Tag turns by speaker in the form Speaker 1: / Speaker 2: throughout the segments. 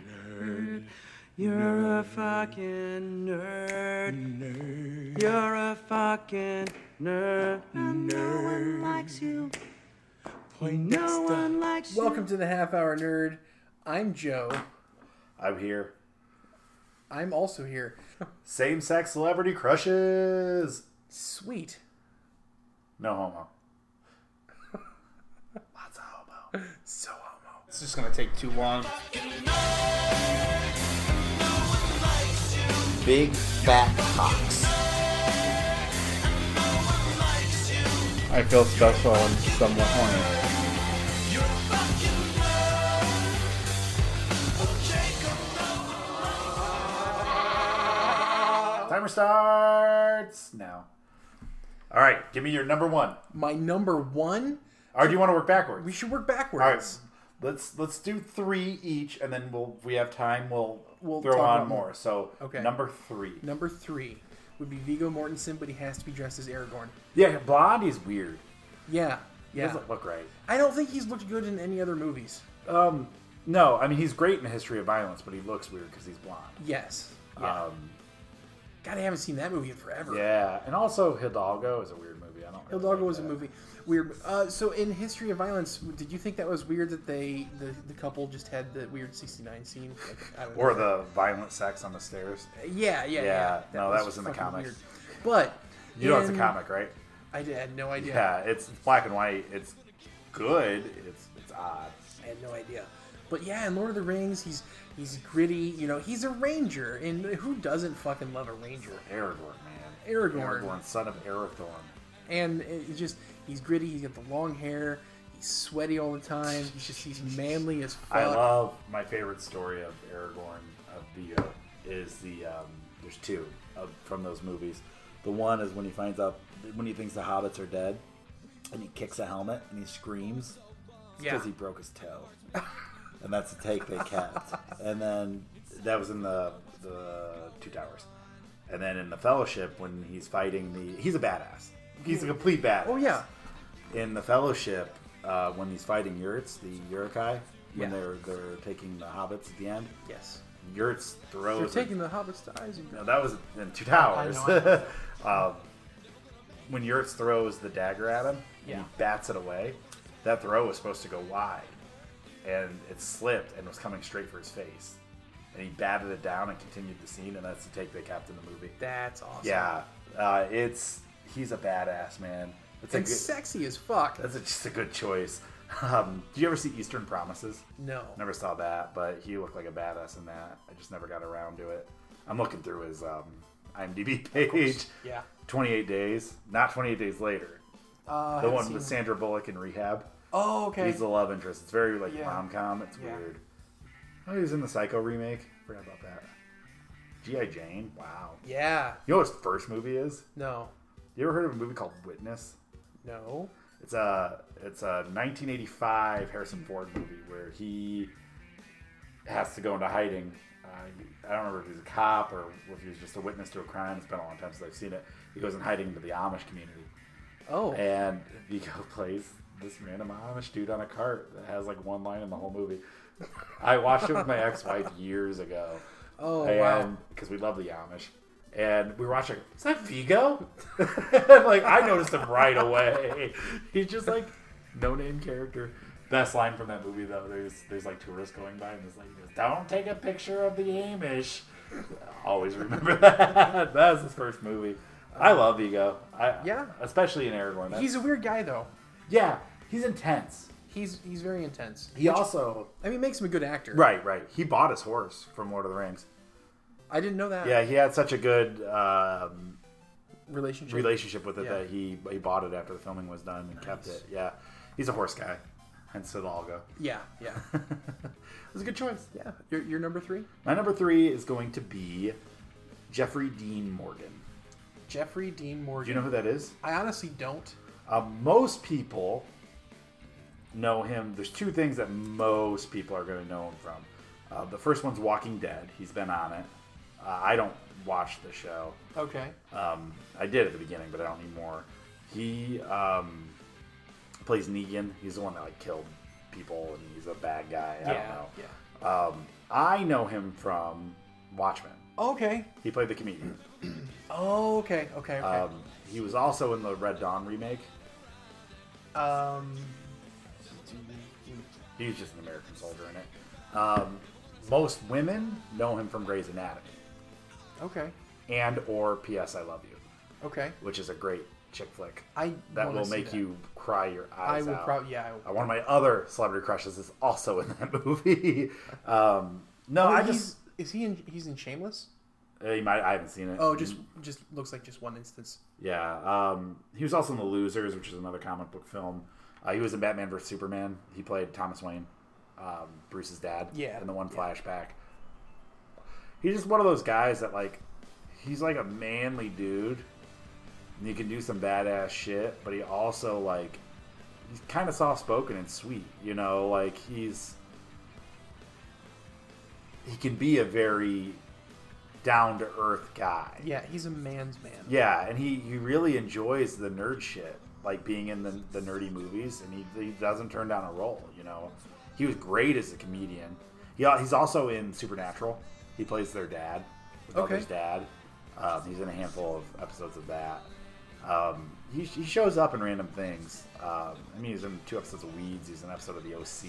Speaker 1: Nerd. You're a fucking nerd.
Speaker 2: Nerd.
Speaker 1: You're a fucking nerd. And no one
Speaker 2: Nerd.
Speaker 1: likes you.
Speaker 2: Point
Speaker 1: No one likes you.
Speaker 3: Welcome to the Half Hour Nerd. I'm Joe.
Speaker 4: I'm here.
Speaker 3: I'm also here.
Speaker 4: Same sex celebrity crushes.
Speaker 3: Sweet.
Speaker 4: No homo. Lots of homo.
Speaker 3: So homo.
Speaker 5: It's just gonna take too long.
Speaker 6: Big fat cocks.
Speaker 5: I feel special and somewhat horny.
Speaker 4: Timer starts now. All right, give me your number one.
Speaker 3: My number one.
Speaker 4: Or do you want to work backwards?
Speaker 3: We should work backwards.
Speaker 4: All right, s- Um, let's let's do three each, and then we'll if we have time. We'll,
Speaker 3: We'll
Speaker 4: throw
Speaker 3: talk
Speaker 4: on
Speaker 3: about more.
Speaker 4: more. So
Speaker 3: Okay.
Speaker 4: number three.
Speaker 3: Number three would be Vigo Mortensen, but he has to be dressed as Aragorn.
Speaker 4: Yeah, blonde is weird.
Speaker 3: Yeah. Yeah.
Speaker 4: Doesn't look right.
Speaker 3: I don't think he's looked good in any other movies.
Speaker 4: Um, no, I mean he's great in the History of Violence, but he looks weird because he's blonde.
Speaker 3: Yes. Yeah.
Speaker 4: Um,
Speaker 3: God, I haven't seen that movie in forever.
Speaker 4: yeah, and also Hidalgo is a weird movie. I don't. Really
Speaker 3: Hidalgo
Speaker 4: like
Speaker 3: was a
Speaker 4: that.
Speaker 3: movie. Weird. Uh, so in History of Violence, did you think that was weird that they the, the couple just had the weird '69 scene? Like, I don't know.
Speaker 4: Or the violent sex on the stairs.
Speaker 3: Yeah, yeah, yeah.
Speaker 4: Yeah, no, that was in the
Speaker 3: fucking
Speaker 4: comics.
Speaker 3: But
Speaker 4: You know it's a
Speaker 3: in-
Speaker 4: comic, right?
Speaker 3: I, did, I had no idea.
Speaker 4: Yeah, it's black and white. It's good. It's it's odd.
Speaker 3: I had no idea. But yeah, in Lord of the Rings, he's he's gritty. You know, he's a ranger, and who doesn't fucking love a ranger?
Speaker 4: Aragorn, man.
Speaker 3: Aragorn.
Speaker 4: Aragorn, son of Arathorn.
Speaker 3: And it's just he's gritty. He's got the long hair. He's sweaty all the time. He's just he's manly as fuck.
Speaker 4: I love my favorite story of Aragorn of Vigo is the um, there's two of, from those movies. The one is when he finds out when he thinks the hobbits are dead, and he kicks a helmet and he screams
Speaker 3: yeah.
Speaker 4: because he broke his toe, and that's the take they kept. and then that was in the the Two Towers, and then in the Fellowship when he's fighting the he's a badass. He's a complete badass.
Speaker 3: oh yeah,
Speaker 4: In the Fellowship, uh, when he's fighting Yurts, the
Speaker 3: Yeah.
Speaker 4: Urukai, when they're they're taking the hobbits at the end,
Speaker 3: yes.
Speaker 4: Yurts
Speaker 3: They're
Speaker 4: throws. a-
Speaker 3: taking the hobbits to Isengard.
Speaker 4: no, that was in Two Towers.
Speaker 3: I know,
Speaker 4: um, when Yurts throws the dagger at him,
Speaker 3: Yeah.
Speaker 4: and he bats it away. That throw was supposed to go wide, and it slipped and was coming straight for his face. And he batted it down and continued the scene, and that's the take they kept in the movie.
Speaker 3: That's awesome.
Speaker 4: Yeah, uh, it's he's a badass man. It's a
Speaker 3: and
Speaker 4: good,
Speaker 3: sexy as fuck.
Speaker 4: that's a, just a good choice. Um, do you ever see Eastern Promises?
Speaker 3: No.
Speaker 4: Never saw that, but he looked like a badass in that. I just never got around to it. I'm looking through his um, IMDb page.
Speaker 3: Yeah.
Speaker 4: 28 days, not 28 days later.
Speaker 3: Uh,
Speaker 4: the
Speaker 3: haven't
Speaker 4: one
Speaker 3: seen
Speaker 4: with
Speaker 3: it.
Speaker 4: Sandra Bullock in rehab.
Speaker 3: Oh, okay.
Speaker 4: He's the love interest. It's very like
Speaker 3: Yeah.
Speaker 4: rom com. It's
Speaker 3: Yeah.
Speaker 4: weird. Oh, he was in the Psycho remake. Forgot about that. G.I. Jane. Wow.
Speaker 3: Yeah.
Speaker 4: You know what his first movie is?
Speaker 3: No.
Speaker 4: You ever heard of a movie called Witness?
Speaker 3: No.
Speaker 4: It's a it's a 1985 Harrison Ford movie where he has to go into hiding. Uh, I don't remember if he's a cop or if he was just a witness to a crime. It's been a long time since I've seen it. He goes in hiding into the Amish community,
Speaker 3: Oh.
Speaker 4: and Vigo plays this random Amish dude on a cart that has like one line in the whole movie. I watched it with my ex-wife years ago.
Speaker 3: oh wow.
Speaker 4: and because we love the Amish, and we were watching. Is that Vigo? like I noticed him right away. He's just like no name character. Best line from that movie though. There's there's like tourists going by, and this lady goes, "Don't take a picture of the Amish." Always remember that. that was his first movie. I love Vigo. I,
Speaker 3: Um, Yeah.
Speaker 4: especially in Aragorn. That's-
Speaker 3: He's a weird guy though.
Speaker 4: yeah, he's intense.
Speaker 3: He's he's very intense.
Speaker 4: He also
Speaker 3: I mean, makes him a good actor.
Speaker 4: right, right. He bought his horse from Lord of the Rings.
Speaker 3: I didn't know that.
Speaker 4: Yeah, he had such a good um,
Speaker 3: Relationship.
Speaker 4: relationship with it
Speaker 3: Yeah.
Speaker 4: that he he bought it after the filming was done and kept it. Yeah, he's a horse guy, hence Hidalgo.
Speaker 3: yeah. Yeah.
Speaker 4: it was a good choice.
Speaker 3: Yeah. You're, you're number three.
Speaker 4: My number three is going to be Jeffrey Dean Morgan.
Speaker 3: Jeffrey Dean Morgan.
Speaker 4: Do you know who that is?
Speaker 3: I honestly don't.
Speaker 4: Uh, most people know him. There's two things that most people are going to know him from. Uh, the first one's Walking Dead. He's been on it. Uh, I don't watch the show.
Speaker 3: Okay.
Speaker 4: Um, I did at the beginning, but I don't need more. He um, plays Negan. He's the one that like killed people, and he's a bad guy. I
Speaker 3: yeah.
Speaker 4: don't know.
Speaker 3: Yeah.
Speaker 4: Um, I know him from Watchmen.
Speaker 3: Okay.
Speaker 4: He played the comedian.
Speaker 3: Oh, okay. Okay. Okay.
Speaker 4: Um, he was also in the Red Dawn remake.
Speaker 3: Um.
Speaker 4: He was just an American soldier in it. Um, most women know him from Grey's Anatomy
Speaker 3: okay.
Speaker 4: and or P.S. I Love You,
Speaker 3: Okay.
Speaker 4: which is a great chick flick
Speaker 3: I
Speaker 4: that
Speaker 3: wanna
Speaker 4: will
Speaker 3: see
Speaker 4: make
Speaker 3: that.
Speaker 4: you cry your
Speaker 3: I
Speaker 4: eyes
Speaker 3: will
Speaker 4: out.
Speaker 3: probably. Yeah. I will.
Speaker 4: Uh, One of my other celebrity crushes is also in that movie. Um, no,
Speaker 3: Oh,
Speaker 4: I
Speaker 3: he's-
Speaker 4: just
Speaker 3: is he in? He's in Shameless.
Speaker 4: uh, he might I haven't seen it.
Speaker 3: Oh, just just looks like just one instance.
Speaker 4: yeah. Um, he was also in The Losers, which is another comic book film. Uh, he was in Batman vs Superman. He played Thomas Wayne, um, Bruce's dad.
Speaker 3: Yeah,
Speaker 4: In the one
Speaker 3: yeah.
Speaker 4: flashback, he's just one of those guys that like he's like a manly dude, and he can do some badass shit, but he also like he's kind of soft spoken and sweet. You know, like he's he can be a very down to earth guy.
Speaker 3: Yeah, he's a man's man.
Speaker 4: Yeah, and he, he really enjoys the nerd shit, like being in the, the nerdy movies, and he, he doesn't turn down a role, you know. He was great as a comedian. He, al- he's also in Supernatural. He plays their dad, the
Speaker 3: Okay.
Speaker 4: brother's dad. Um, he's in a handful of episodes of that. Um, he, he shows up in random things. Um, I mean, he's in two episodes of Weeds. He's in an episode of The OC,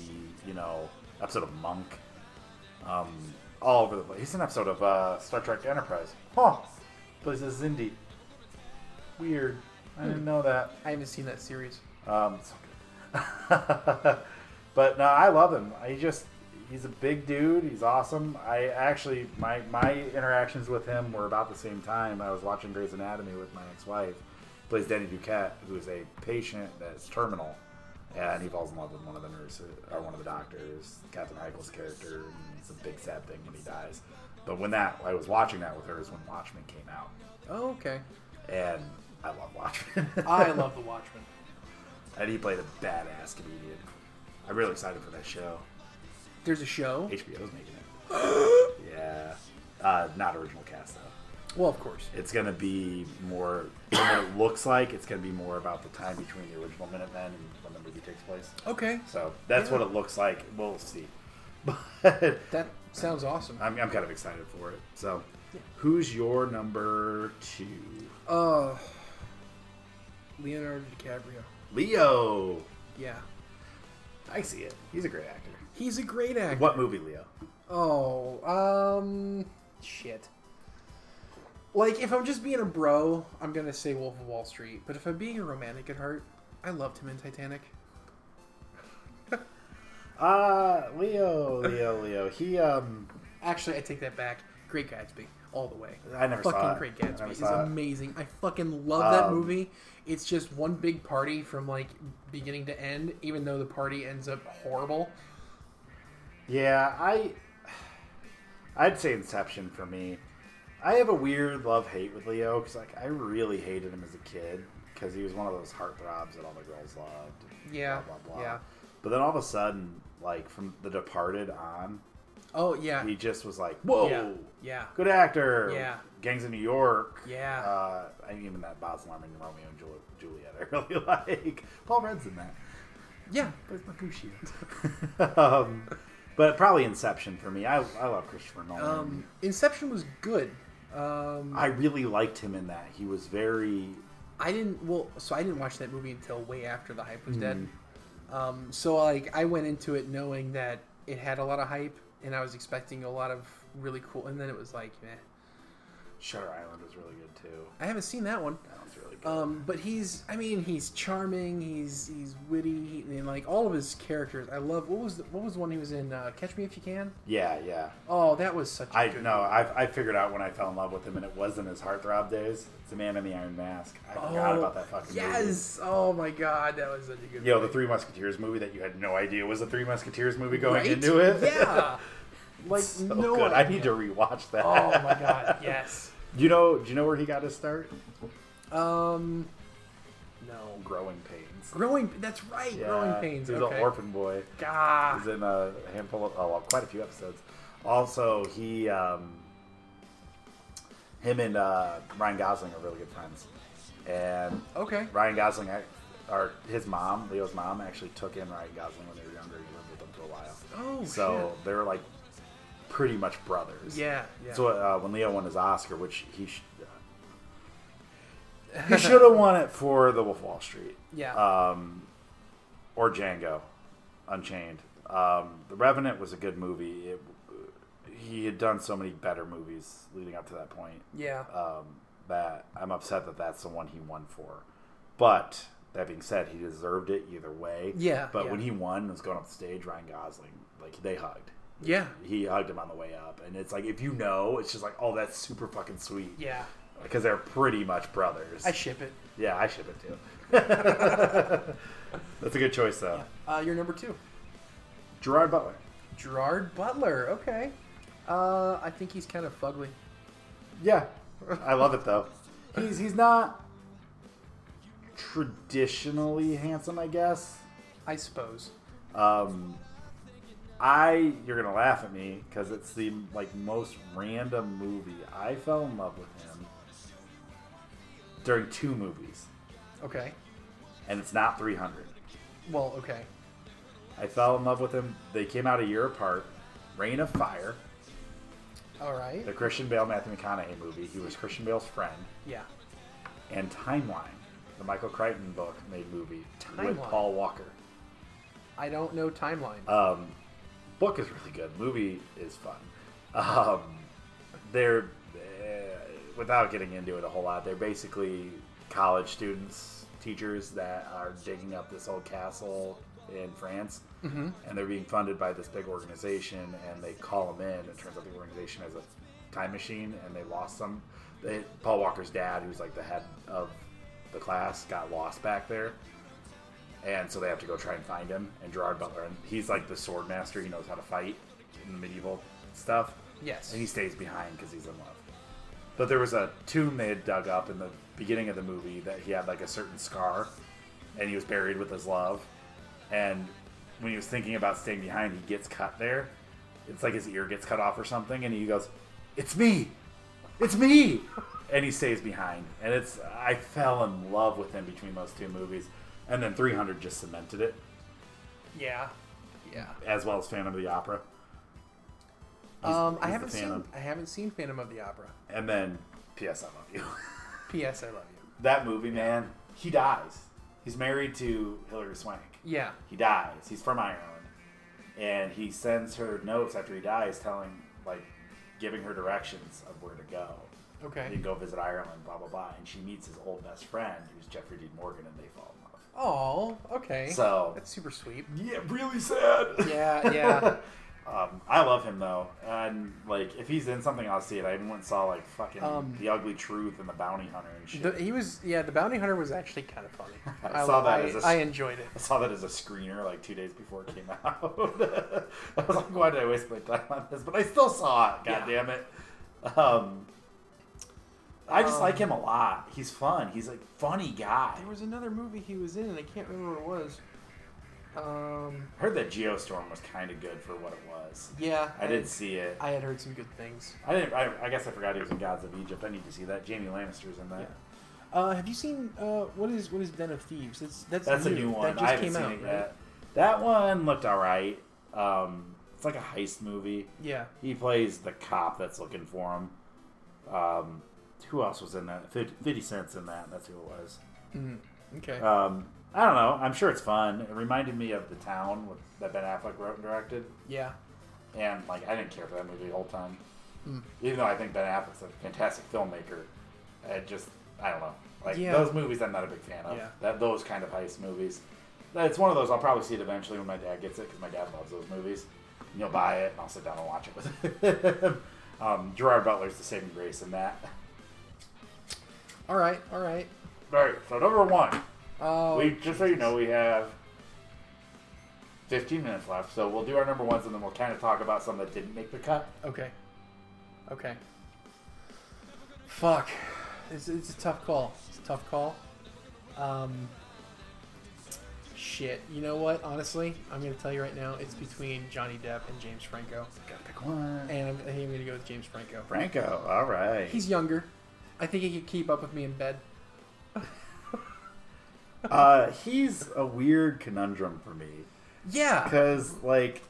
Speaker 4: you know, episode of Monk. Um, all over the place. He's in an episode of uh, Star Trek Enterprise. Huh. Plays as Zindi. Weird. I didn't know that.
Speaker 3: I haven't seen that series.
Speaker 4: Um, so good. but no, I love him. He just he's a big dude. He's awesome. I actually my my interactions with him were about the same time. I was watching Grey's Anatomy with my ex-wife. He plays Danny Duquette, who is a patient that's terminal, and he falls in love with one of the nurses or one of the doctors, Captain Heichel's character. And it's a big sad thing when he dies. But when that I was watching that with her is when Watchmen came out,
Speaker 3: Oh, okay.
Speaker 4: and I love Watchmen.
Speaker 3: I love The Watchmen.
Speaker 4: And he played a badass comedian. I'm really excited for that show.
Speaker 3: There's a show.
Speaker 4: HBO's making it. yeah. Uh, not original cast, though.
Speaker 3: Well, of course.
Speaker 4: It's going to be more, than what it looks like, it's going to be more about the time between the original Minutemen and when the movie takes place.
Speaker 3: Okay.
Speaker 4: So that's
Speaker 3: Yeah.
Speaker 4: what it looks like. We'll see. But
Speaker 3: That sounds awesome.
Speaker 4: I'm, I'm kind of excited for it. So who's your number two?
Speaker 3: Uh, Leonardo DiCaprio.
Speaker 4: Leo.
Speaker 3: Yeah,
Speaker 4: I see it. He's a great actor.
Speaker 3: he's a great actor.
Speaker 4: What movie, Leo?
Speaker 3: Oh, um, shit. Like, if I'm just being a bro, I'm gonna say Wolf of Wall Street. But if I'm being a romantic at heart, I loved him in Titanic.
Speaker 4: Uh, Leo, Leo, Leo. He, um,
Speaker 3: Actually, I take that back. Great Gatsby, all the way.
Speaker 4: I never
Speaker 3: fucking
Speaker 4: saw it.
Speaker 3: Great
Speaker 4: I never
Speaker 3: Gatsby is
Speaker 4: saw it.
Speaker 3: amazing. I fucking love that
Speaker 4: Um,
Speaker 3: movie. It's just one big party from like beginning to end, even though the party ends up horrible.
Speaker 4: Yeah, I, I'd say Inception for me. I have a weird love hate with Leo because, like, I really hated him as a kid because he was one of those heartthrobs that all the girls loved.
Speaker 3: Yeah,
Speaker 4: Blah, blah, blah.
Speaker 3: yeah.
Speaker 4: But then all of a sudden, like, from The Departed on,
Speaker 3: Oh yeah,
Speaker 4: he just was like, whoa,
Speaker 3: yeah, yeah.
Speaker 4: good actor.
Speaker 3: Yeah.
Speaker 4: Gangs of New York.
Speaker 3: Yeah.
Speaker 4: Uh, I mean, even that Baz Luhrmann, Romeo and Jul- Juliet, I really like. Paul Rudd's in that.
Speaker 3: Yeah,
Speaker 4: Where's my Gucci? um, but probably Inception for me. I, I love Christopher Nolan.
Speaker 3: um, Inception was good. Um,
Speaker 4: I really liked him in that. He was very.
Speaker 3: I didn't well, so I didn't watch that movie until way after the hype was dead.
Speaker 4: Hmm.
Speaker 3: Um, so like I went into it knowing that it had a lot of hype, and I was expecting a lot of really cool, and then it was like, eh.
Speaker 4: Shutter Island was really good too.
Speaker 3: I haven't seen that one.
Speaker 4: That was really good.
Speaker 3: Um, but he's, I mean, he's charming. He's he's witty, and like all of his characters, I love. What was the, what was the one he was in? Uh, Catch Me If You Can.
Speaker 4: yeah, yeah.
Speaker 3: Oh, that was such. a
Speaker 4: I
Speaker 3: good
Speaker 4: no, I, I figured out when I fell in love with him, and it wasn't his heartthrob days. It's the man in the iron mask. I forgot
Speaker 3: Oh,
Speaker 4: about that fucking movie.
Speaker 3: Yes. Oh my God, that was such a good.
Speaker 4: Yo,
Speaker 3: movie.
Speaker 4: the Three Musketeers movie that you had no idea was a Three Musketeers movie going
Speaker 3: Right?
Speaker 4: into it.
Speaker 3: Yeah. Like
Speaker 4: so
Speaker 3: no
Speaker 4: good. I
Speaker 3: idea.
Speaker 4: need to rewatch that.
Speaker 3: Oh my god, yes.
Speaker 4: You know, do you know where he got his start?
Speaker 3: Um, no.
Speaker 4: Growing Pains.
Speaker 3: Growing. That's right. Growing pains.
Speaker 4: He was
Speaker 3: okay.
Speaker 4: an orphan boy.
Speaker 3: God.
Speaker 4: He's in a handful of, oh, well, quite a few episodes. Also, he, um, him and uh, Ryan Gosling are really good friends. And
Speaker 3: Okay.
Speaker 4: Ryan Gosling, ac- or his mom, Leo's mom, actually took in Ryan Gosling when they were younger. He lived with them for a while.
Speaker 3: Oh,
Speaker 4: so they were like pretty much brothers.
Speaker 3: Yeah, yeah.
Speaker 4: So uh, when Leo won his Oscar, which he sh- uh, he should have won it for The Wolf of Wall Street
Speaker 3: yeah.
Speaker 4: uh, or Django Unchained. Um, the Revenant was a good movie. It, he had done so many better movies leading up to that point
Speaker 3: yeah.
Speaker 4: uh, that I'm upset that that's the one he won for. But that being said, he deserved it either way.
Speaker 3: Yeah,
Speaker 4: But
Speaker 3: yeah.
Speaker 4: when he won, and was going up the stage, Ryan Gosling, like they hugged.
Speaker 3: yeah.
Speaker 4: He hugged him on the way up, and it's like if you know, it's just like oh, that's super fucking sweet.
Speaker 3: Yeah.
Speaker 4: Because they're pretty much brothers.
Speaker 3: I ship it.
Speaker 4: yeah, I should have too. that's a good choice though.
Speaker 3: Uh, you're number two.
Speaker 4: Gerard Butler.
Speaker 3: Gerard Butler. Okay. Uh, I think he's kind of fugly.
Speaker 4: Yeah, I love it though. He's he's not traditionally handsome, I guess.
Speaker 3: I suppose.
Speaker 4: Um, I you're gonna laugh at me because it's the like most random movie. I fell in love with him during two movies,
Speaker 3: Okay.
Speaker 4: and it's not 300.
Speaker 3: Well, okay.
Speaker 4: I fell in love with him. They came out a year apart. Reign of Fire,
Speaker 3: All right.
Speaker 4: the Christian Bale Matthew McConaughey movie. He was Christian Bale's friend,
Speaker 3: Yeah.
Speaker 4: and Timeline, the Michael Crichton book made movie with
Speaker 3: Timeline.
Speaker 4: Paul Walker.
Speaker 3: I don't know timeline.
Speaker 4: Um, book is really good. Movie is fun. Um, they're uh, without getting into it a whole lot. They're basically college students, teachers that are digging up this old castle in France, and they're being funded by this big organization. And they call them in. It turns out the organization has a time machine, and they lost some. They, Paul Walker's dad, who's like the head of the class, got lost back there and so they have to go try and find him. And Gerard Butler, and he's like the sword master. He knows how to fight in the medieval stuff.
Speaker 3: yes.
Speaker 4: And he stays behind because he's in love. But there was a tomb they had dug up in the beginning of the movie that he had like a certain scar, and he was buried with his love. And when he was thinking about staying behind, he gets cut there. It's like his ear gets cut off or something, and he goes, "It's me, it's me," and he stays behind. And it's I fell in love with him between those two movies, and then 300 just cemented it
Speaker 3: yeah. Yeah.
Speaker 4: as well as Phantom of the Opera. He's-
Speaker 3: Um, I
Speaker 4: he's the
Speaker 3: haven't seen.
Speaker 4: Phantom.
Speaker 3: I haven't seen Phantom of the Opera.
Speaker 4: and then P.S. I love you.
Speaker 3: P.S. I love you.
Speaker 4: that movie, man, he dies. He's married to Hilary Swank.
Speaker 3: Yeah.
Speaker 4: He dies. He's from Ireland. And he sends her notes after he dies telling, like, giving her directions of where to go. You
Speaker 3: Okay.
Speaker 4: go visit Ireland, blah, blah, blah. And she meets his old best friend, who's Jeffrey Dean Morgan, and they fall in love.
Speaker 3: Oh. Okay.
Speaker 4: So-
Speaker 3: that's super sweet.
Speaker 4: Yeah, really sad.
Speaker 3: Yeah. Yeah.
Speaker 4: Um, I love him though, and like if he's in something, I'll see it. I even went and saw like fucking
Speaker 3: Um,
Speaker 4: The Ugly Truth and The Bounty Hunter and shit.
Speaker 3: The, he was, yeah. The bounty hunter was actually kind of funny.
Speaker 4: I saw that as a s-
Speaker 3: I enjoyed it.
Speaker 4: I saw that as a screener like two days before it came out. I was like, why did I waste my time on this? But I still saw it. God damn it. Um, I just like him a lot. He's fun. He's a funny guy.
Speaker 3: There was another movie he was in, and I can't remember what it was. Um,
Speaker 4: I heard that Geostorm was kind of good for what it was.
Speaker 3: yeah.
Speaker 4: I did see it.
Speaker 3: I had heard some good things.
Speaker 4: I didn't. I, I guess I forgot he was in Gods of Egypt. I need to see that. Jamie Lannister's in that.
Speaker 3: Uh, have you seen uh, what is what is Den of Thieves? That's that's,
Speaker 4: That's a new one.
Speaker 3: That just
Speaker 4: I haven't
Speaker 3: came
Speaker 4: seen
Speaker 3: out.
Speaker 4: it
Speaker 3: right?
Speaker 4: yet. That one looked all right. Um, it's like a heist movie.
Speaker 3: Yeah.
Speaker 4: He plays the cop that's looking for him. Um, who else was in that? Fif- Fifty Cent's in that. That's who it was.
Speaker 3: Okay.
Speaker 4: Um, I don't know. I'm sure it's fun. It reminded me of The Town with, that Ben Affleck wrote and directed,
Speaker 3: yeah.
Speaker 4: and like I didn't care for that movie the whole time. Even though I think Ben Affleck's a fantastic filmmaker, it just I don't know. Like
Speaker 3: Yeah.
Speaker 4: those movies, I'm not a big fan of.
Speaker 3: Yeah.
Speaker 4: That those kind of heist movies. It's one of those I'll probably see it eventually when my dad gets it because my dad loves those movies. And he'll buy it and I'll sit down and watch it with him. um, Gerard Butler's the saving grace in that.
Speaker 3: All right. All right.
Speaker 4: All right, so number one.
Speaker 3: Oh.
Speaker 4: We just so you know, we have 15 minutes left, so we'll do our number ones and then we'll kind of talk about some that didn't make the cut.
Speaker 3: Okay. Okay. Fuck. It's, it's a tough call. It's a tough call. Um. Shit. You know what? Honestly, I'm gonna tell you right now. It's between Johnny Depp and James Franco,
Speaker 4: Gotta pick one.
Speaker 3: and I'm, I think I'm gonna go with James Franco.
Speaker 4: Franco, all right.
Speaker 3: He's younger. I think he could keep up with me in bed.
Speaker 4: uh, he's a weird conundrum for me
Speaker 3: Yeah.
Speaker 4: because, like,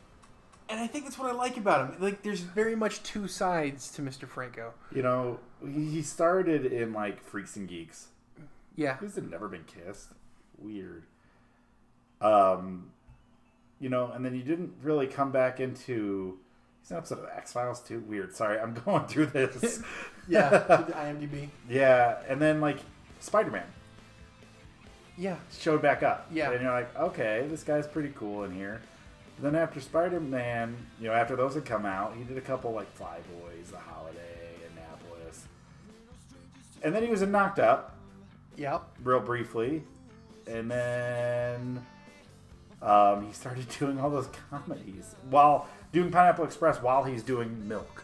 Speaker 3: And I think that's what I like about him. Like, there's very much two sides to Mr. Franco.
Speaker 4: You know, he he started in like Freaks and Geeks.
Speaker 3: Yeah.
Speaker 4: He's never been kissed. Weird. Um, you know, and then he didn't really come back into. He's an episode of X Files too. Weird. Sorry, I'm going through this.
Speaker 3: Yeah. the IMDb.
Speaker 4: yeah, and then like Spider Man
Speaker 3: Yeah.
Speaker 4: showed back up.
Speaker 3: Yeah.
Speaker 4: and you're like, okay, this guy's pretty cool in here. Then after Spider Man, you know, after those had come out, he did a couple like Fly Boys, The Holiday, Annapolis, and then he was in Knocked Up.
Speaker 3: Yep.
Speaker 4: real briefly, and then um, he started doing all those comedies while doing Pineapple Express while he's doing Milk,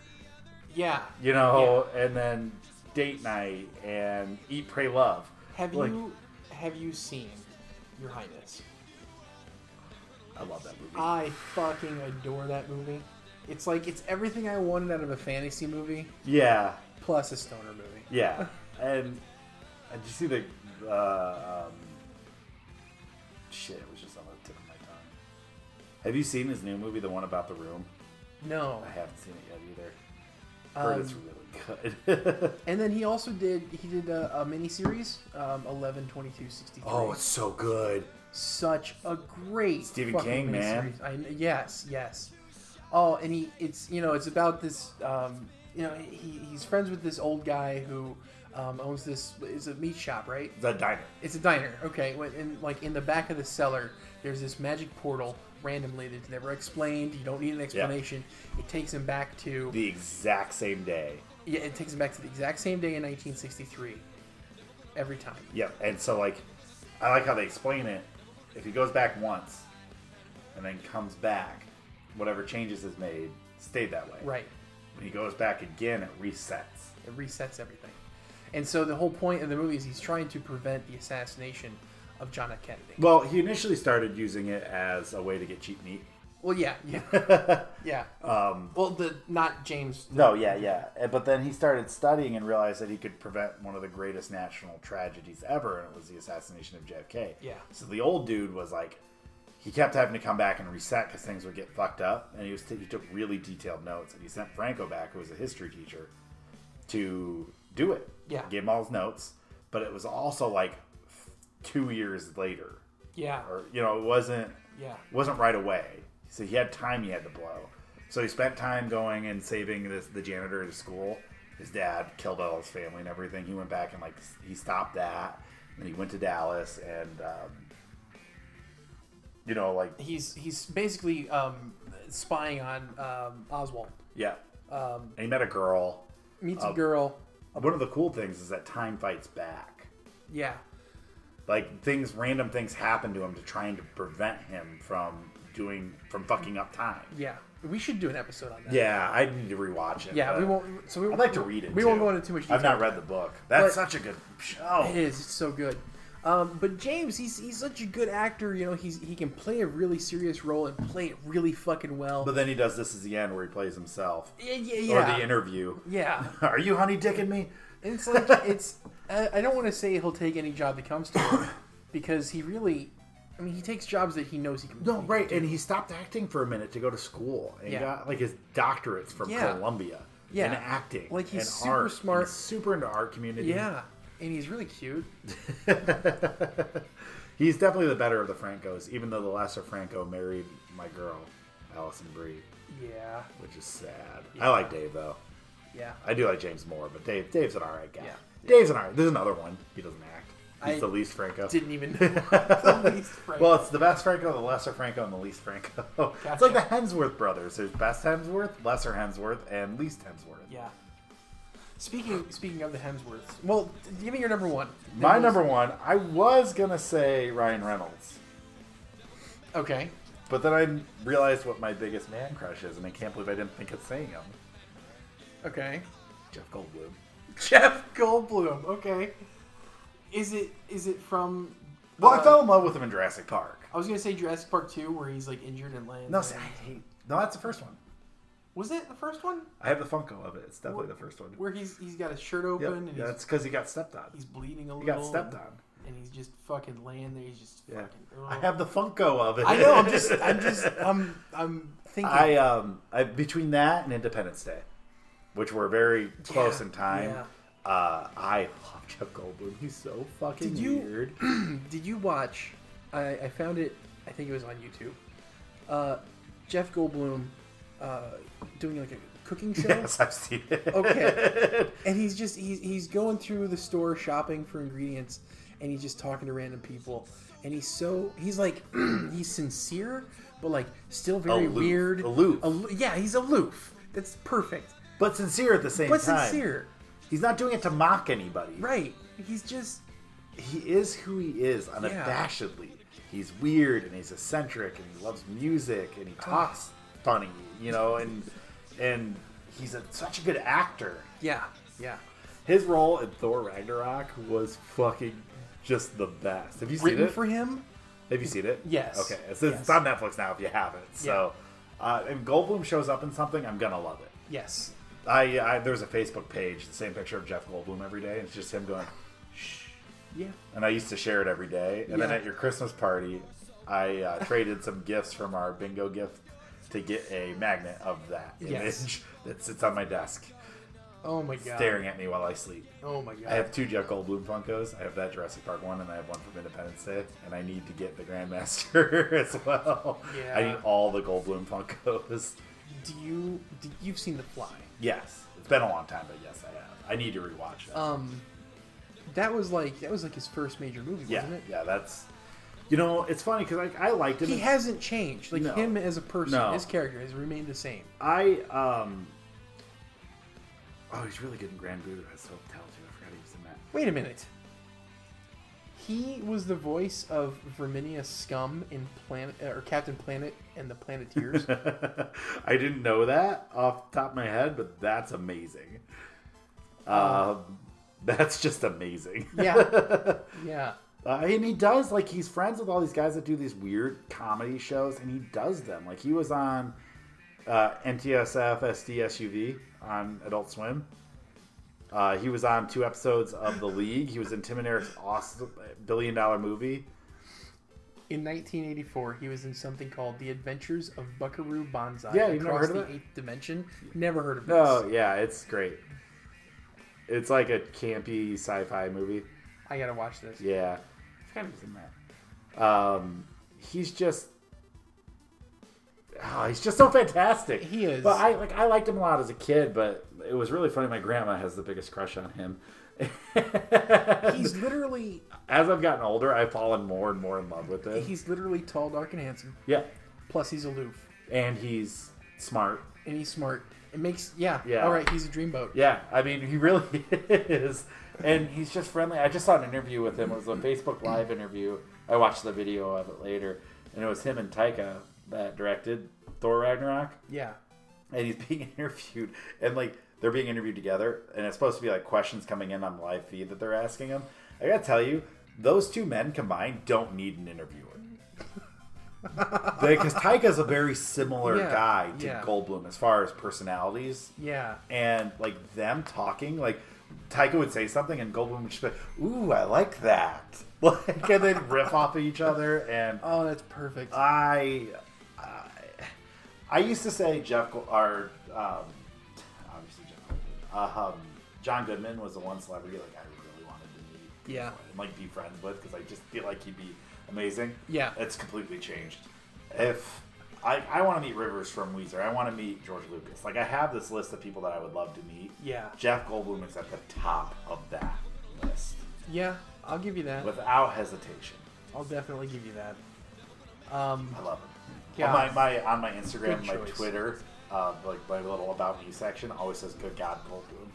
Speaker 3: Yeah.
Speaker 4: you know, and then Date Night and Eat Pray Love.
Speaker 3: Have
Speaker 4: Like-
Speaker 3: you have you seen Your Highness?
Speaker 4: I love that movie.
Speaker 3: I fucking adore that movie. It's like it's everything I wanted out of a fantasy movie
Speaker 4: yeah,
Speaker 3: plus a stoner movie.
Speaker 4: yeah, and uh, did you see the uh, um, shit? It was just on the tip of my tongue. Have you seen his new movie, the one about the room?
Speaker 3: No.
Speaker 4: I haven't seen it yet either. Heard it's really good.
Speaker 3: And then he also did he did a, a miniseries, um, 11, 22, 63.
Speaker 4: Oh, it's so good.
Speaker 3: such a great
Speaker 4: Stephen
Speaker 3: fucking
Speaker 4: King, man.
Speaker 3: miniseries. I, kn- yes, yes. Oh, and he it's you know it's about this um, you know he, he's friends with this old guy who um, owns this is a meat shop right?
Speaker 4: The diner.
Speaker 3: It's a diner, okay. when- And like in the back of the cellar, there's this magic portal randomly that's never explained. You don't need an explanation. It takes him back to
Speaker 4: The exact same day.
Speaker 3: yeah, it takes him back to the exact same day in 1963. Every time.
Speaker 4: Yep. And so, like, I like how they explain it. If he goes back once and then comes back, whatever changes is made stayed that way.
Speaker 3: Right.
Speaker 4: When he goes back again, it resets.
Speaker 3: It resets everything. And so the whole point of the movie is he's trying to prevent the assassination of John F. Kennedy.
Speaker 4: Well, he initially started using it as a way to get cheap meat.
Speaker 3: Well, yeah, yeah, yeah. Um, well, the not James.
Speaker 4: No, yeah, yeah. Uh, But then he started studying and realized that he could prevent one of the greatest national tragedies ever, and it was the assassination of JFK.
Speaker 3: Yeah.
Speaker 4: So the old dude was like, he kept having to come back and reset because things would get fucked up, and he was t- he took really detailed notes, and he sent Franco back, who was a history teacher, to do it.
Speaker 3: Yeah.
Speaker 4: Give him all his notes, but it was also like two years later,
Speaker 3: Yeah,
Speaker 4: or you know, it wasn't
Speaker 3: yeah,
Speaker 4: wasn't right away. So he had time he had to blow. So he spent time going and saving this, the janitor at his school. His dad killed all his family and everything. He went back and like s- he stopped that. And he went to Dallas and um, you know like
Speaker 3: he's he's basically um, spying on um, Oswald.
Speaker 4: yeah. Um, and he met a girl.
Speaker 3: Meets
Speaker 4: Um,
Speaker 3: a girl.
Speaker 4: One of the cool things is that time fights back.
Speaker 3: Yeah,
Speaker 4: Like things, random things happen to him to trying to prevent him from doing from fucking up time.
Speaker 3: yeah. We should do an episode on that.
Speaker 4: Yeah, I need to rewatch it.
Speaker 3: yeah. We
Speaker 4: but-
Speaker 3: won't. So we,
Speaker 4: I'd like to read it.
Speaker 3: We
Speaker 4: too.
Speaker 3: won't go into too much detail.
Speaker 4: I've not read the book.
Speaker 3: But-
Speaker 4: That's such a good show.
Speaker 3: It is. It's so good. Um, but James, he's he's such a good actor. You know, he's he can play a really serious role and play it really fucking well.
Speaker 4: But then he does this is the end where he plays himself
Speaker 3: yeah, yeah,
Speaker 4: or
Speaker 3: yeah.
Speaker 4: the interview.
Speaker 3: yeah.
Speaker 4: Are you honey dicking me?
Speaker 3: And it's like it's. I, I don't want to say he'll take any job that comes to him because he really. I mean, he takes jobs that he knows he can.
Speaker 4: No, right. And he stopped acting for a minute to go to school and
Speaker 3: Yeah.
Speaker 4: got like his doctorates from
Speaker 3: Yeah.
Speaker 4: Columbia.
Speaker 3: Yeah.
Speaker 4: And acting.
Speaker 3: Like, he's
Speaker 4: and
Speaker 3: super
Speaker 4: art,
Speaker 3: smart.
Speaker 4: and he's super into art community.
Speaker 3: Yeah, and he's really cute.
Speaker 4: He's definitely the better of the Francos, even though the lesser Franco married my girl, Allison Brie,
Speaker 3: Yeah,
Speaker 4: which is sad. I like Dave though.
Speaker 3: yeah.
Speaker 4: I do like James Moore, but Dave Dave's an alright guy.
Speaker 3: Yeah.
Speaker 4: Dave's an alright. There's another one. He doesn't act. He's
Speaker 3: I
Speaker 4: the least Franco.
Speaker 3: Didn't even. know. The least Frank-
Speaker 4: Well, it's the best Franco, the lesser Franco, and the least Franco. it's
Speaker 3: Gotcha.
Speaker 4: like the Hemsworth brothers. There's best Hemsworth, lesser Hemsworth, and least Hemsworth.
Speaker 3: yeah. Speaking speaking of the Hemsworths, well, give me your number one. Then
Speaker 4: My
Speaker 3: we'll-
Speaker 4: number one, I was gonna say Ryan Reynolds,
Speaker 3: Okay.
Speaker 4: but then I realized what my biggest man crush is, and I can't believe I didn't think of saying him.
Speaker 3: Okay.
Speaker 4: Jeff Goldblum.
Speaker 3: Jeff Goldblum. Okay. Is it is it from?
Speaker 4: Well, I
Speaker 3: Uh,
Speaker 4: fell in love with him in Jurassic Park.
Speaker 3: I was gonna say Jurassic Park Two, where he's like injured and lands.
Speaker 4: No,
Speaker 3: on-
Speaker 4: see, I hate. No, that's the first one.
Speaker 3: was it the first one
Speaker 4: I have the Funko of it. It's definitely the first one.
Speaker 3: where he's he's got his shirt open
Speaker 4: Yep.
Speaker 3: and he's,
Speaker 4: Yeah, that's because he got stepped on.
Speaker 3: he's bleeding a
Speaker 4: He
Speaker 3: little?
Speaker 4: got stepped on.
Speaker 3: and he's just fucking laying there. He's just
Speaker 4: Yeah.
Speaker 3: fucking. ugh.
Speaker 4: I have the Funko of it.
Speaker 3: I know. I'm just. I'm just. I'm. I'm thinking.
Speaker 4: I um I, between that and Independence Day, which were very close in time. Uh, I love Jeff Goldblum. He's so fucking
Speaker 3: Did you-
Speaker 4: weird.
Speaker 3: Did you watch? I, I found it. I think it was on YouTube. Uh, Jeff Goldblum uh, doing like a cooking show.
Speaker 4: Yes, I've seen it.
Speaker 3: Oh. Okay. And he's just he's he's going through the store shopping for ingredients, and he's just talking to random people. And he's so he's like he's sincere, but like still very
Speaker 4: Aloof.
Speaker 3: weird.
Speaker 4: Aloof.
Speaker 3: Al- yeah, he's aloof. That's perfect.
Speaker 4: but sincere at the same
Speaker 3: But
Speaker 4: time.
Speaker 3: sincere,
Speaker 4: He's not doing it to mock anybody.
Speaker 3: right? He's just
Speaker 4: He is who he is unabashedly. He's weird and he's eccentric and he loves music and he talks funny, you know, and and he's a, such a good actor.
Speaker 3: yeah, yeah.
Speaker 4: His role in Thor Ragnarok was fucking just the best. Have you seen
Speaker 3: Written
Speaker 4: it?
Speaker 3: for him.
Speaker 4: Have you seen it?
Speaker 3: Yes.
Speaker 4: Okay. It's, it's
Speaker 3: Yes.
Speaker 4: on Netflix now if you haven't. So, uh, if Goldblum shows up in something, I'm gonna love it.
Speaker 3: Yes.
Speaker 4: I, I there's a Facebook page, the same picture of Jeff Goldblum every day, and it's just him going,
Speaker 3: Yeah.
Speaker 4: and I used to share it every day. And then
Speaker 3: Yeah.
Speaker 4: at your Christmas party, I uh, traded some gifts from our bingo gift to get a magnet of that image
Speaker 3: Yes.
Speaker 4: that sits on my desk,
Speaker 3: Oh my god.
Speaker 4: staring at me while I sleep.
Speaker 3: Oh my god.
Speaker 4: I have two Jeff Goldblum Funkos. I have that Jurassic Park one, and I have one from Independence Day. And I need to get the Grandmaster as well.
Speaker 3: Yeah.
Speaker 4: I need all the Goldblum Funkos.
Speaker 3: do you? Do, you've seen The Fly?
Speaker 4: Yes, it's been a long time, but yes, I have. I need to rewatch it.
Speaker 3: Um, that was like that was like his first major movie,
Speaker 4: yeah,
Speaker 3: wasn't it?
Speaker 4: yeah, that's. You know, it's funny because I, I liked it.
Speaker 3: He hasn't changed. Like
Speaker 4: No.
Speaker 3: him as a person,
Speaker 4: No.
Speaker 3: his character has remained the same.
Speaker 4: I um. Oh, he's really good in Grand Budapest Hotel too. I forgot he was in that.
Speaker 3: Wait a minute. He was the voice of Verminia Scum in Planet uh, or Captain Planet and the Planeteers.
Speaker 4: I didn't know that off the top of my head, but that's amazing. Um, that's just amazing.
Speaker 3: yeah, yeah.
Speaker 4: Uh, and he does like he's friends with all these guys that do these weird comedy shows, and he does them. Like he was on uh, MTSF SD SUV on Adult Swim. Uh, he was on two episodes of The League. He was in Tim and Eric's awesome uh, billion dollar movie.
Speaker 3: In 1984, he was in something called The Adventures of Buckaroo Banzai
Speaker 4: Yeah, you've never
Speaker 3: across
Speaker 4: heard of
Speaker 3: the
Speaker 4: it?
Speaker 3: Eighth Dimension. Never heard of this.
Speaker 4: Oh yeah, it's great. It's like a campy sci-fi movie.
Speaker 3: I gotta watch this.
Speaker 4: Yeah, kind of in that. Um, he's just. Oh, he's just so fantastic.
Speaker 3: He is.
Speaker 4: But I like I liked him a lot as a kid, but it was really funny. My grandma has the biggest crush on him.
Speaker 3: He's literally
Speaker 4: As I've gotten older, I've fallen more and more in love with him.
Speaker 3: he's literally tall, dark, and handsome.
Speaker 4: yeah,
Speaker 3: Plus, he's aloof.
Speaker 4: and he's smart.
Speaker 3: and he's smart. It makes yeah.
Speaker 4: Yeah.
Speaker 3: All right, he's a dreamboat.
Speaker 4: Yeah, I mean, he really is. And he's just friendly. I just saw an interview with him. It was a Facebook Live interview. I watched the video of it later. And it was him and Taika that directed Thor Ragnarok.
Speaker 3: Yeah.
Speaker 4: And he's being interviewed. And, like, they're being interviewed together. And it's supposed to be, like, questions coming in on the live feed that they're asking him. I got to tell you, those two men combined don't need an interviewer. Because Taika's a very similar
Speaker 3: Yeah,
Speaker 4: guy to
Speaker 3: yeah.
Speaker 4: Goldblum as far as personalities
Speaker 3: Yeah.
Speaker 4: and like them talking, like Taika would say something and Goldblum would just be, like, "Ooh, I like that," like, and they'd riff off of each other. And
Speaker 3: Oh, that's perfect.
Speaker 4: Ah. I, I, I used to say Jeff Go- or um, obviously Jeff, um, John Goodman was the one celebrity like I really wanted to meet,
Speaker 3: Yeah.
Speaker 4: and like be friends with because I just feel like he'd be amazing.
Speaker 3: Yeah.
Speaker 4: it's completely changed. If I, I want to meet Rivers from Weezer, I want to meet George Lucas. Like I have this list of people that I would love to meet.
Speaker 3: Yeah.
Speaker 4: Jeff Goldblum is at the top of that list
Speaker 3: yeah, I'll give you that.
Speaker 4: without hesitation.
Speaker 3: I'll definitely give you that. Um,
Speaker 4: I love him.
Speaker 3: Yeah.
Speaker 4: On my, my on my Instagram,
Speaker 3: Good
Speaker 4: my
Speaker 3: choice.
Speaker 4: Twitter, uh, like my little about me section always says "Good God, Goldblum."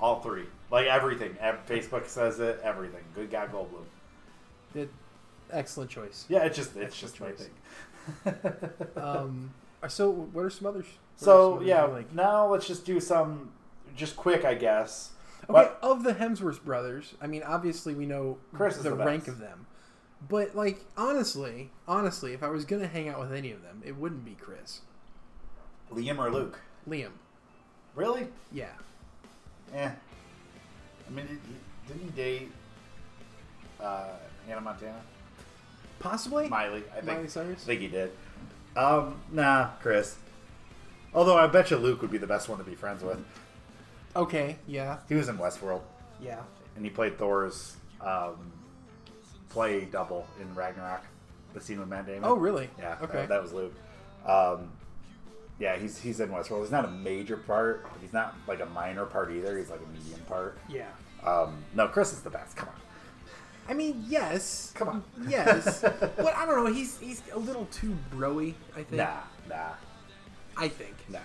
Speaker 4: All three, like everything. Ev- Facebook says it. Everything. Good God, Goldblum.
Speaker 3: that excellent choice.
Speaker 4: Yeah, it's just it's just my
Speaker 3: choice.
Speaker 4: thing.
Speaker 3: Um, so what are some others? What are some
Speaker 4: So
Speaker 3: others
Speaker 4: yeah,
Speaker 3: you like
Speaker 4: now let's just do some, just quick, I guess.
Speaker 3: okay,
Speaker 4: What-
Speaker 3: of the Hemsworth brothers. I mean, obviously we know
Speaker 4: Chris is
Speaker 3: the,
Speaker 4: the best.
Speaker 3: rank of them, but like honestly, honestly, if I was gonna hang out with any of them, it wouldn't be Chris,
Speaker 4: Liam or Luke?
Speaker 3: Liam.
Speaker 4: Really?
Speaker 3: Yeah,
Speaker 4: Eh. I mean, did- didn't he date uh, Hannah Montana?
Speaker 3: possibly
Speaker 4: Miley, I think.
Speaker 3: Miley Cyrus?
Speaker 4: I think he did. Um, nah, Chris. Although I bet you Luke would be the best one to be friends with.
Speaker 3: Okay, yeah,
Speaker 4: He was in Westworld,
Speaker 3: yeah.
Speaker 4: and he played Thor's um, play double in Ragnarok, the scene with Matt Damon.
Speaker 3: Oh, really?
Speaker 4: Yeah. that-
Speaker 3: Okay.
Speaker 4: That, was Luke. Um, yeah, he's he's in Westworld. He's not a major part. but He's not like a minor part either. He's like a medium part.
Speaker 3: yeah.
Speaker 4: Um, no, Chris is the best. Come on.
Speaker 3: I mean, yes.
Speaker 4: Come on.
Speaker 3: Yes, but I don't know. He's he's a little too broy. I think.
Speaker 4: Nah, nah,
Speaker 3: I think.
Speaker 4: nah.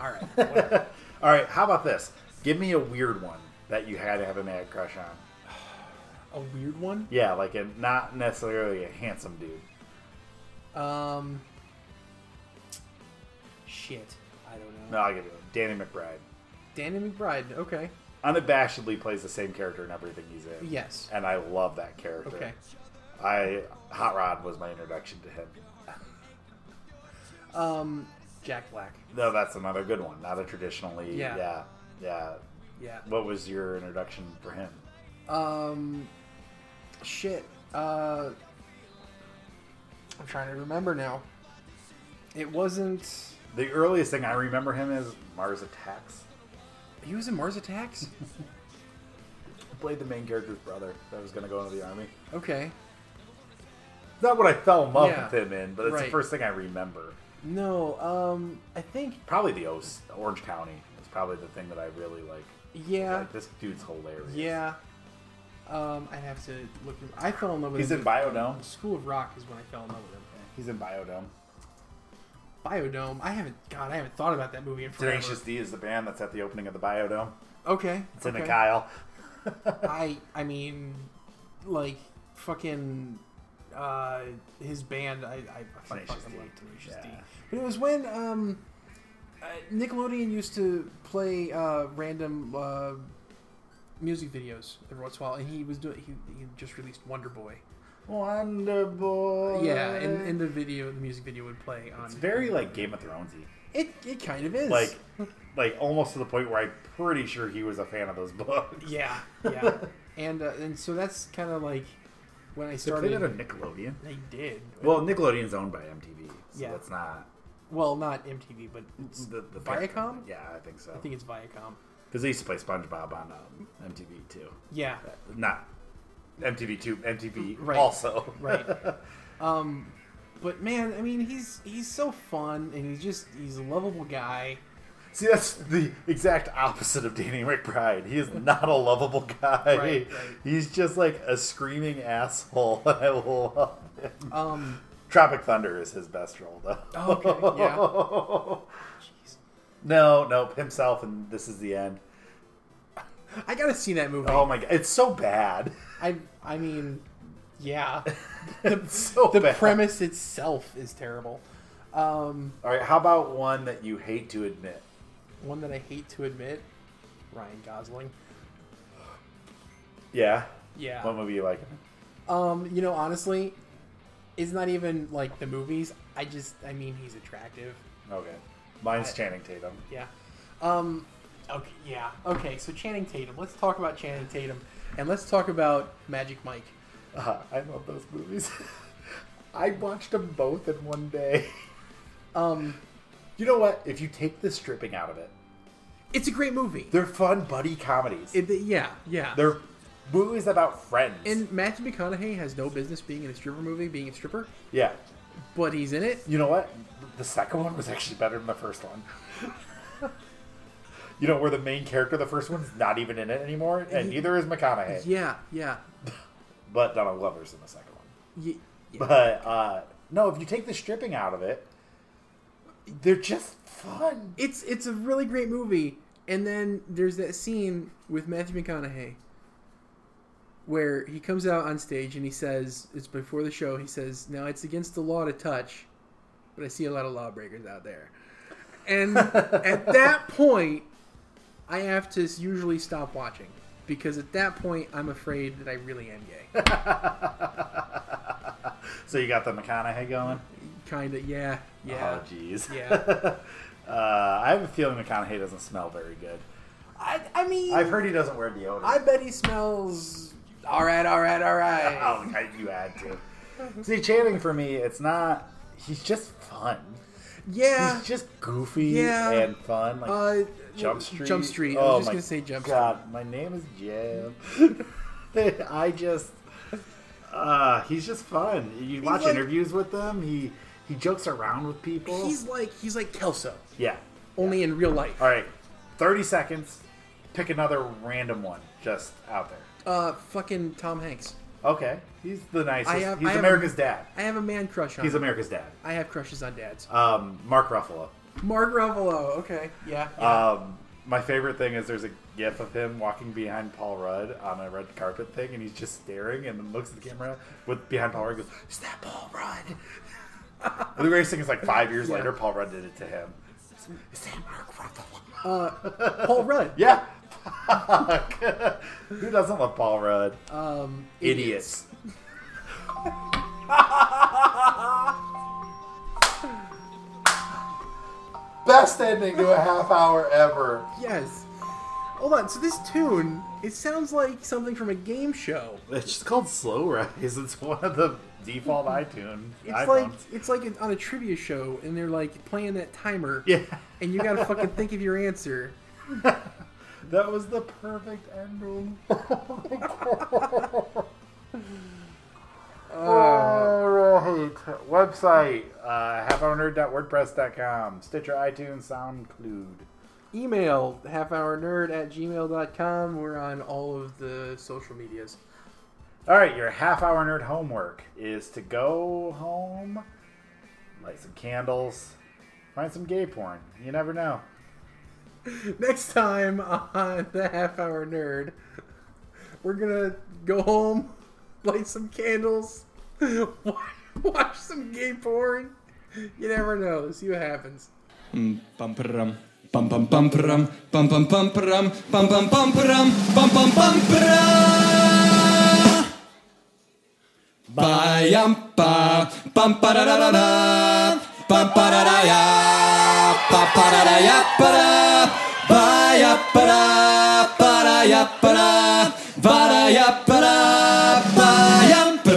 Speaker 3: All right.
Speaker 4: All right, how about this? Give me a weird one that you had to have a mad crush on.
Speaker 3: a weird one.
Speaker 4: Yeah, like a not necessarily a handsome dude.
Speaker 3: Um. Shit. I don't know.
Speaker 4: No, I'll give you one. Danny McBride.
Speaker 3: Danny McBride. Okay.
Speaker 4: Unabashedly plays the same character in everything he's in.
Speaker 3: Yes.
Speaker 4: And I love that character.
Speaker 3: Okay.
Speaker 4: I Hot Rod was my introduction to him.
Speaker 3: Um. Jack Black.
Speaker 4: No, that's another good one. Not a traditionally
Speaker 3: Yeah.
Speaker 4: yeah. Yeah.
Speaker 3: Yeah.
Speaker 4: What was your introduction for him?
Speaker 3: Um. Shit. Uh. I'm trying to remember now. It wasn't.
Speaker 4: The earliest thing I remember him is Mars Attacks.
Speaker 3: He was in Mars Attacks.
Speaker 4: He played the main character's brother that was gonna go into the army.
Speaker 3: Okay.
Speaker 4: not what I fell in love
Speaker 3: Yeah.
Speaker 4: with him in, but it's the
Speaker 3: Right.
Speaker 4: first thing I remember.
Speaker 3: No. Um. I think.
Speaker 4: Probably the o- Orange County is probably the thing that I really like.
Speaker 3: Yeah.
Speaker 4: Like this dude's hilarious.
Speaker 3: Yeah. Um, I'd have to look. Him. I fell in love with
Speaker 4: He's
Speaker 3: him.
Speaker 4: in Biodome.
Speaker 3: School of Rock is when I fell in love with him.
Speaker 4: He's in Biodome.
Speaker 3: Biodome. I haven't. God, I haven't thought about that movie in forever.
Speaker 4: Tenacious D is the band that's at the opening of the Biodome.
Speaker 3: Okay.
Speaker 4: It's in
Speaker 3: okay.
Speaker 4: the Kyle.
Speaker 3: I. I mean, like fucking. Uh, his band. I. I, I
Speaker 4: Tenacious
Speaker 3: fucking
Speaker 4: D.
Speaker 3: love Tenacious D.
Speaker 4: Yeah.
Speaker 3: But it was when um, uh, Nickelodeon used to play uh, random uh, music videos every once in a while, and he was doing. He, he just released Wonder Boy.
Speaker 4: Wonder Boy.
Speaker 3: Yeah, and, and the video, the music video would play on.
Speaker 4: it's very like Game of Thronesy.
Speaker 3: It, it kind of is.
Speaker 4: Like, like almost to the point where I'm pretty sure he was a fan of those books.
Speaker 3: yeah, yeah. and uh, and so that's kind of like when I
Speaker 4: They played
Speaker 3: started.
Speaker 4: it on Nickelodeon.
Speaker 3: They did.
Speaker 4: Well, Nickelodeon's owned by MTV, so
Speaker 3: Yeah.
Speaker 4: that's not
Speaker 3: well, not MTV, but it's,
Speaker 4: the, the
Speaker 3: Viacom?
Speaker 4: Yeah, I think so.
Speaker 3: I think it's Viacom.
Speaker 4: Because they used to play SpongeBob on um, MTV too.
Speaker 3: Yeah,
Speaker 4: Not MTV two, MTV
Speaker 3: Right.
Speaker 4: also.
Speaker 3: right. um, but man, I mean, he's he's so fun, and he's just he's a lovable guy.
Speaker 4: See, that's the exact opposite of Danny McBride. He is not a lovable guy.
Speaker 3: right.
Speaker 4: He's just like a screaming asshole. I love it.
Speaker 3: Um,
Speaker 4: Tropic Thunder is his best role though.
Speaker 3: Oh, okay, yeah.
Speaker 4: No, nope. Himself and this is the end.
Speaker 3: I gotta see that movie.
Speaker 4: Oh my god, it's so bad.
Speaker 3: I I mean, yeah.
Speaker 4: It's so
Speaker 3: The
Speaker 4: bad.
Speaker 3: premise itself is terrible. Um,
Speaker 4: All right, how about one that you hate to admit?
Speaker 3: one that I hate to admit, Ryan Gosling.
Speaker 4: Yeah.
Speaker 3: Yeah.
Speaker 4: What movie you like?
Speaker 3: Um, you know, honestly, it's not even like the movies. I just, I mean, he's attractive.
Speaker 4: Okay. Mine's Channing Tatum.
Speaker 3: Yeah. Um, okay, yeah. Okay, so Channing Tatum. Let's talk about Channing Tatum, and let's talk about Magic Mike.
Speaker 4: Uh, I love those movies. I watched them both in one day.
Speaker 3: Um,
Speaker 4: You know what? If you take the stripping out of it,
Speaker 3: it's a great movie.
Speaker 4: they're fun buddy comedies.
Speaker 3: It, yeah, yeah.
Speaker 4: they're movies about friends.
Speaker 3: and Matthew McConaughey has no business being in a stripper movie, being a stripper,
Speaker 4: yeah.
Speaker 3: but he's in it.
Speaker 4: You know what? The second one was actually better than the first one. you know, where the main character of the first one's not even in it anymore, and neither is McConaughey.
Speaker 3: Yeah, yeah.
Speaker 4: But Donald Glover's in the second one.
Speaker 3: Ye- yeah.
Speaker 4: But uh, no, if you take the stripping out of it, they're just fun.
Speaker 3: it's it's a really great movie. And then there's that scene with Matthew McConaughey where he comes out on stage and he says, "It's before the show." He says, "Now it's against the law to touch, but I see a lot of lawbreakers out there." And at that point, I have to usually stop watching because at that point I'm afraid that I really am gay.
Speaker 4: So you got the McConaughey going?
Speaker 3: Kinda, yeah, yeah,
Speaker 4: Oh, jeez.
Speaker 3: yeah.
Speaker 4: Uh, I have a feeling McConaughey doesn't smell very good.
Speaker 3: I, I mean,
Speaker 4: I've heard he doesn't wear deodorant.
Speaker 3: I bet he smells. All right, all right, all right.
Speaker 4: oh, God, you had to. See, Channing for me, it's not. he's just fun.
Speaker 3: Yeah.
Speaker 4: He's just goofy
Speaker 3: Yeah.
Speaker 4: and fun. Like
Speaker 3: Uh,
Speaker 4: Jump Street.
Speaker 3: Jump Street. I was
Speaker 4: Oh
Speaker 3: just
Speaker 4: my
Speaker 3: gonna say Jump
Speaker 4: God, my name is Jim. I just, uh, he's just fun. You watch
Speaker 3: like-
Speaker 4: interviews with him. He he jokes around with people.
Speaker 3: Street. He's like he's like Kelso,
Speaker 4: yeah.
Speaker 3: only in real life.
Speaker 4: All right, thirty seconds. Pick another random one just out there.
Speaker 3: Uh, fucking Tom Hanks.
Speaker 4: Okay, he's the nicest.
Speaker 3: I have-
Speaker 4: he's
Speaker 3: I have-
Speaker 4: America's dad.
Speaker 3: I have a man crush on.
Speaker 4: He's
Speaker 3: him.
Speaker 4: America's dad.
Speaker 3: I have crushes on dads.
Speaker 4: Um, Mark Ruffalo.
Speaker 3: Mark Ruffalo. Okay. Yeah.
Speaker 4: Um, my favorite thing is there's a gif of him walking behind Paul Rudd on a red carpet thing, and he's just staring and then looks at the camera with behind Paul Rudd and goes, "Is that Paul Rudd?" And the greatest thing is like five years
Speaker 3: Yeah.
Speaker 4: later, Paul Rudd did it to him. Is that Mark Ruffalo?
Speaker 3: Paul Rudd.
Speaker 4: Yeah. Fuck. Who doesn't love Paul Rudd? Um, idiots.
Speaker 5: Best ending to a half hour ever.
Speaker 3: Yes. Hold on. So this tune, it sounds like something from a game show.
Speaker 4: It's just called Slow Rise. It's one of the default iTunes.
Speaker 3: It's
Speaker 4: iPhones.
Speaker 3: like it's like on a trivia show, and they're like playing that timer.
Speaker 4: yeah.
Speaker 3: And you gotta fucking think of your answer.
Speaker 4: That was the perfect ending. Oh Oh. Alright. Website uh, halfhournerd.wordpress.com, Stitcher, iTunes, SoundCloud.
Speaker 3: Email halfhournerd at gmail.com. We're on all of the social medias.
Speaker 4: All right, your half hour nerd homework is to go home, light some candles, find some gay porn. You never know.
Speaker 3: Next time on the half hour nerd, we're gonna go home, light some candles, watch some gay porn. You never know. See what happens.
Speaker 2: Bum pum bum bum bum pum bum bum bum pum bum bum bum pum bum bum bum pum. Bayam pa bum pa da da da da bum pa da da ya pa pa da da ya pa da baya pa da pa da ya pa da va da ya pa da bayam pum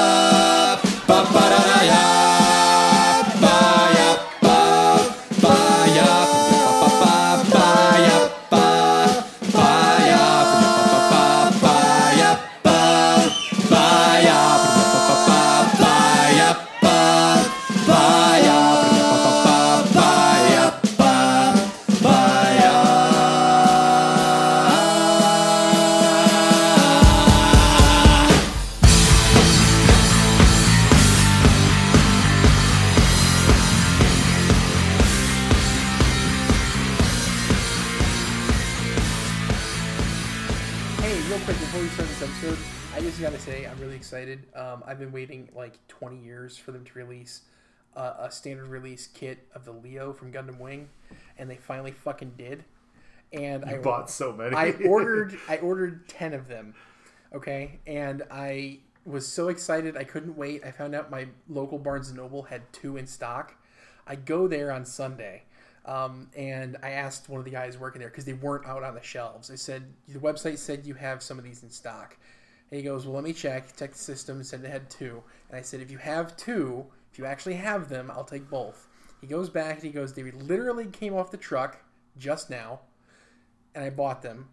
Speaker 2: bum pa da da ya baya pa baya pa pa baya pa baya pa baya pa baya pa baya pa baya pa baya pa baya
Speaker 3: Hey, real quick before we start this episode, I just gotta say I'm really excited. Um, I've been waiting like 20 years for them to release uh, a standard release kit of the Leo from Gundam Wing, and they finally fucking did. And I
Speaker 4: Bought so many.
Speaker 3: I ordered I ordered 10 of them. Okay? And I was so excited I couldn't wait. I found out my local Barnes and Noble had two in stock. I go there on Sunday. Um, and I asked one of the guys working there because they weren't out on the shelves. I said, The website said you have some of these in stock. And he goes, Well, let me check. Check the system and said it had two. And I said, If you have two, if you actually have them, I'll take both. He goes back and he goes, They literally came off the truck just now and I bought them.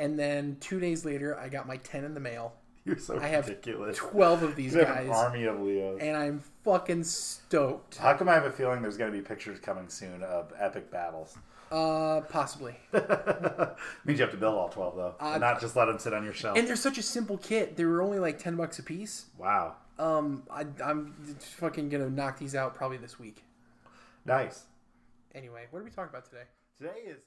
Speaker 3: And then two days later, I got my 10 in the mail.
Speaker 4: You're so
Speaker 3: I have
Speaker 4: ridiculous.
Speaker 3: 12 of these
Speaker 4: You have an
Speaker 3: guys.
Speaker 4: army of Leos.
Speaker 3: And I'm fucking stoked.
Speaker 4: How come I have a feeling there's going to be pictures coming soon of epic battles?
Speaker 3: Uh, possibly.
Speaker 4: Means you have to build all 12, though, and not just let them sit on your shelf.
Speaker 3: And they're such a simple kit. They were only like 10 bucks a piece.
Speaker 4: wow.
Speaker 3: Um, I, I'm just fucking gonna knock these out probably this week.
Speaker 4: Nice.
Speaker 3: Anyway, what are we talking about today?
Speaker 4: Today is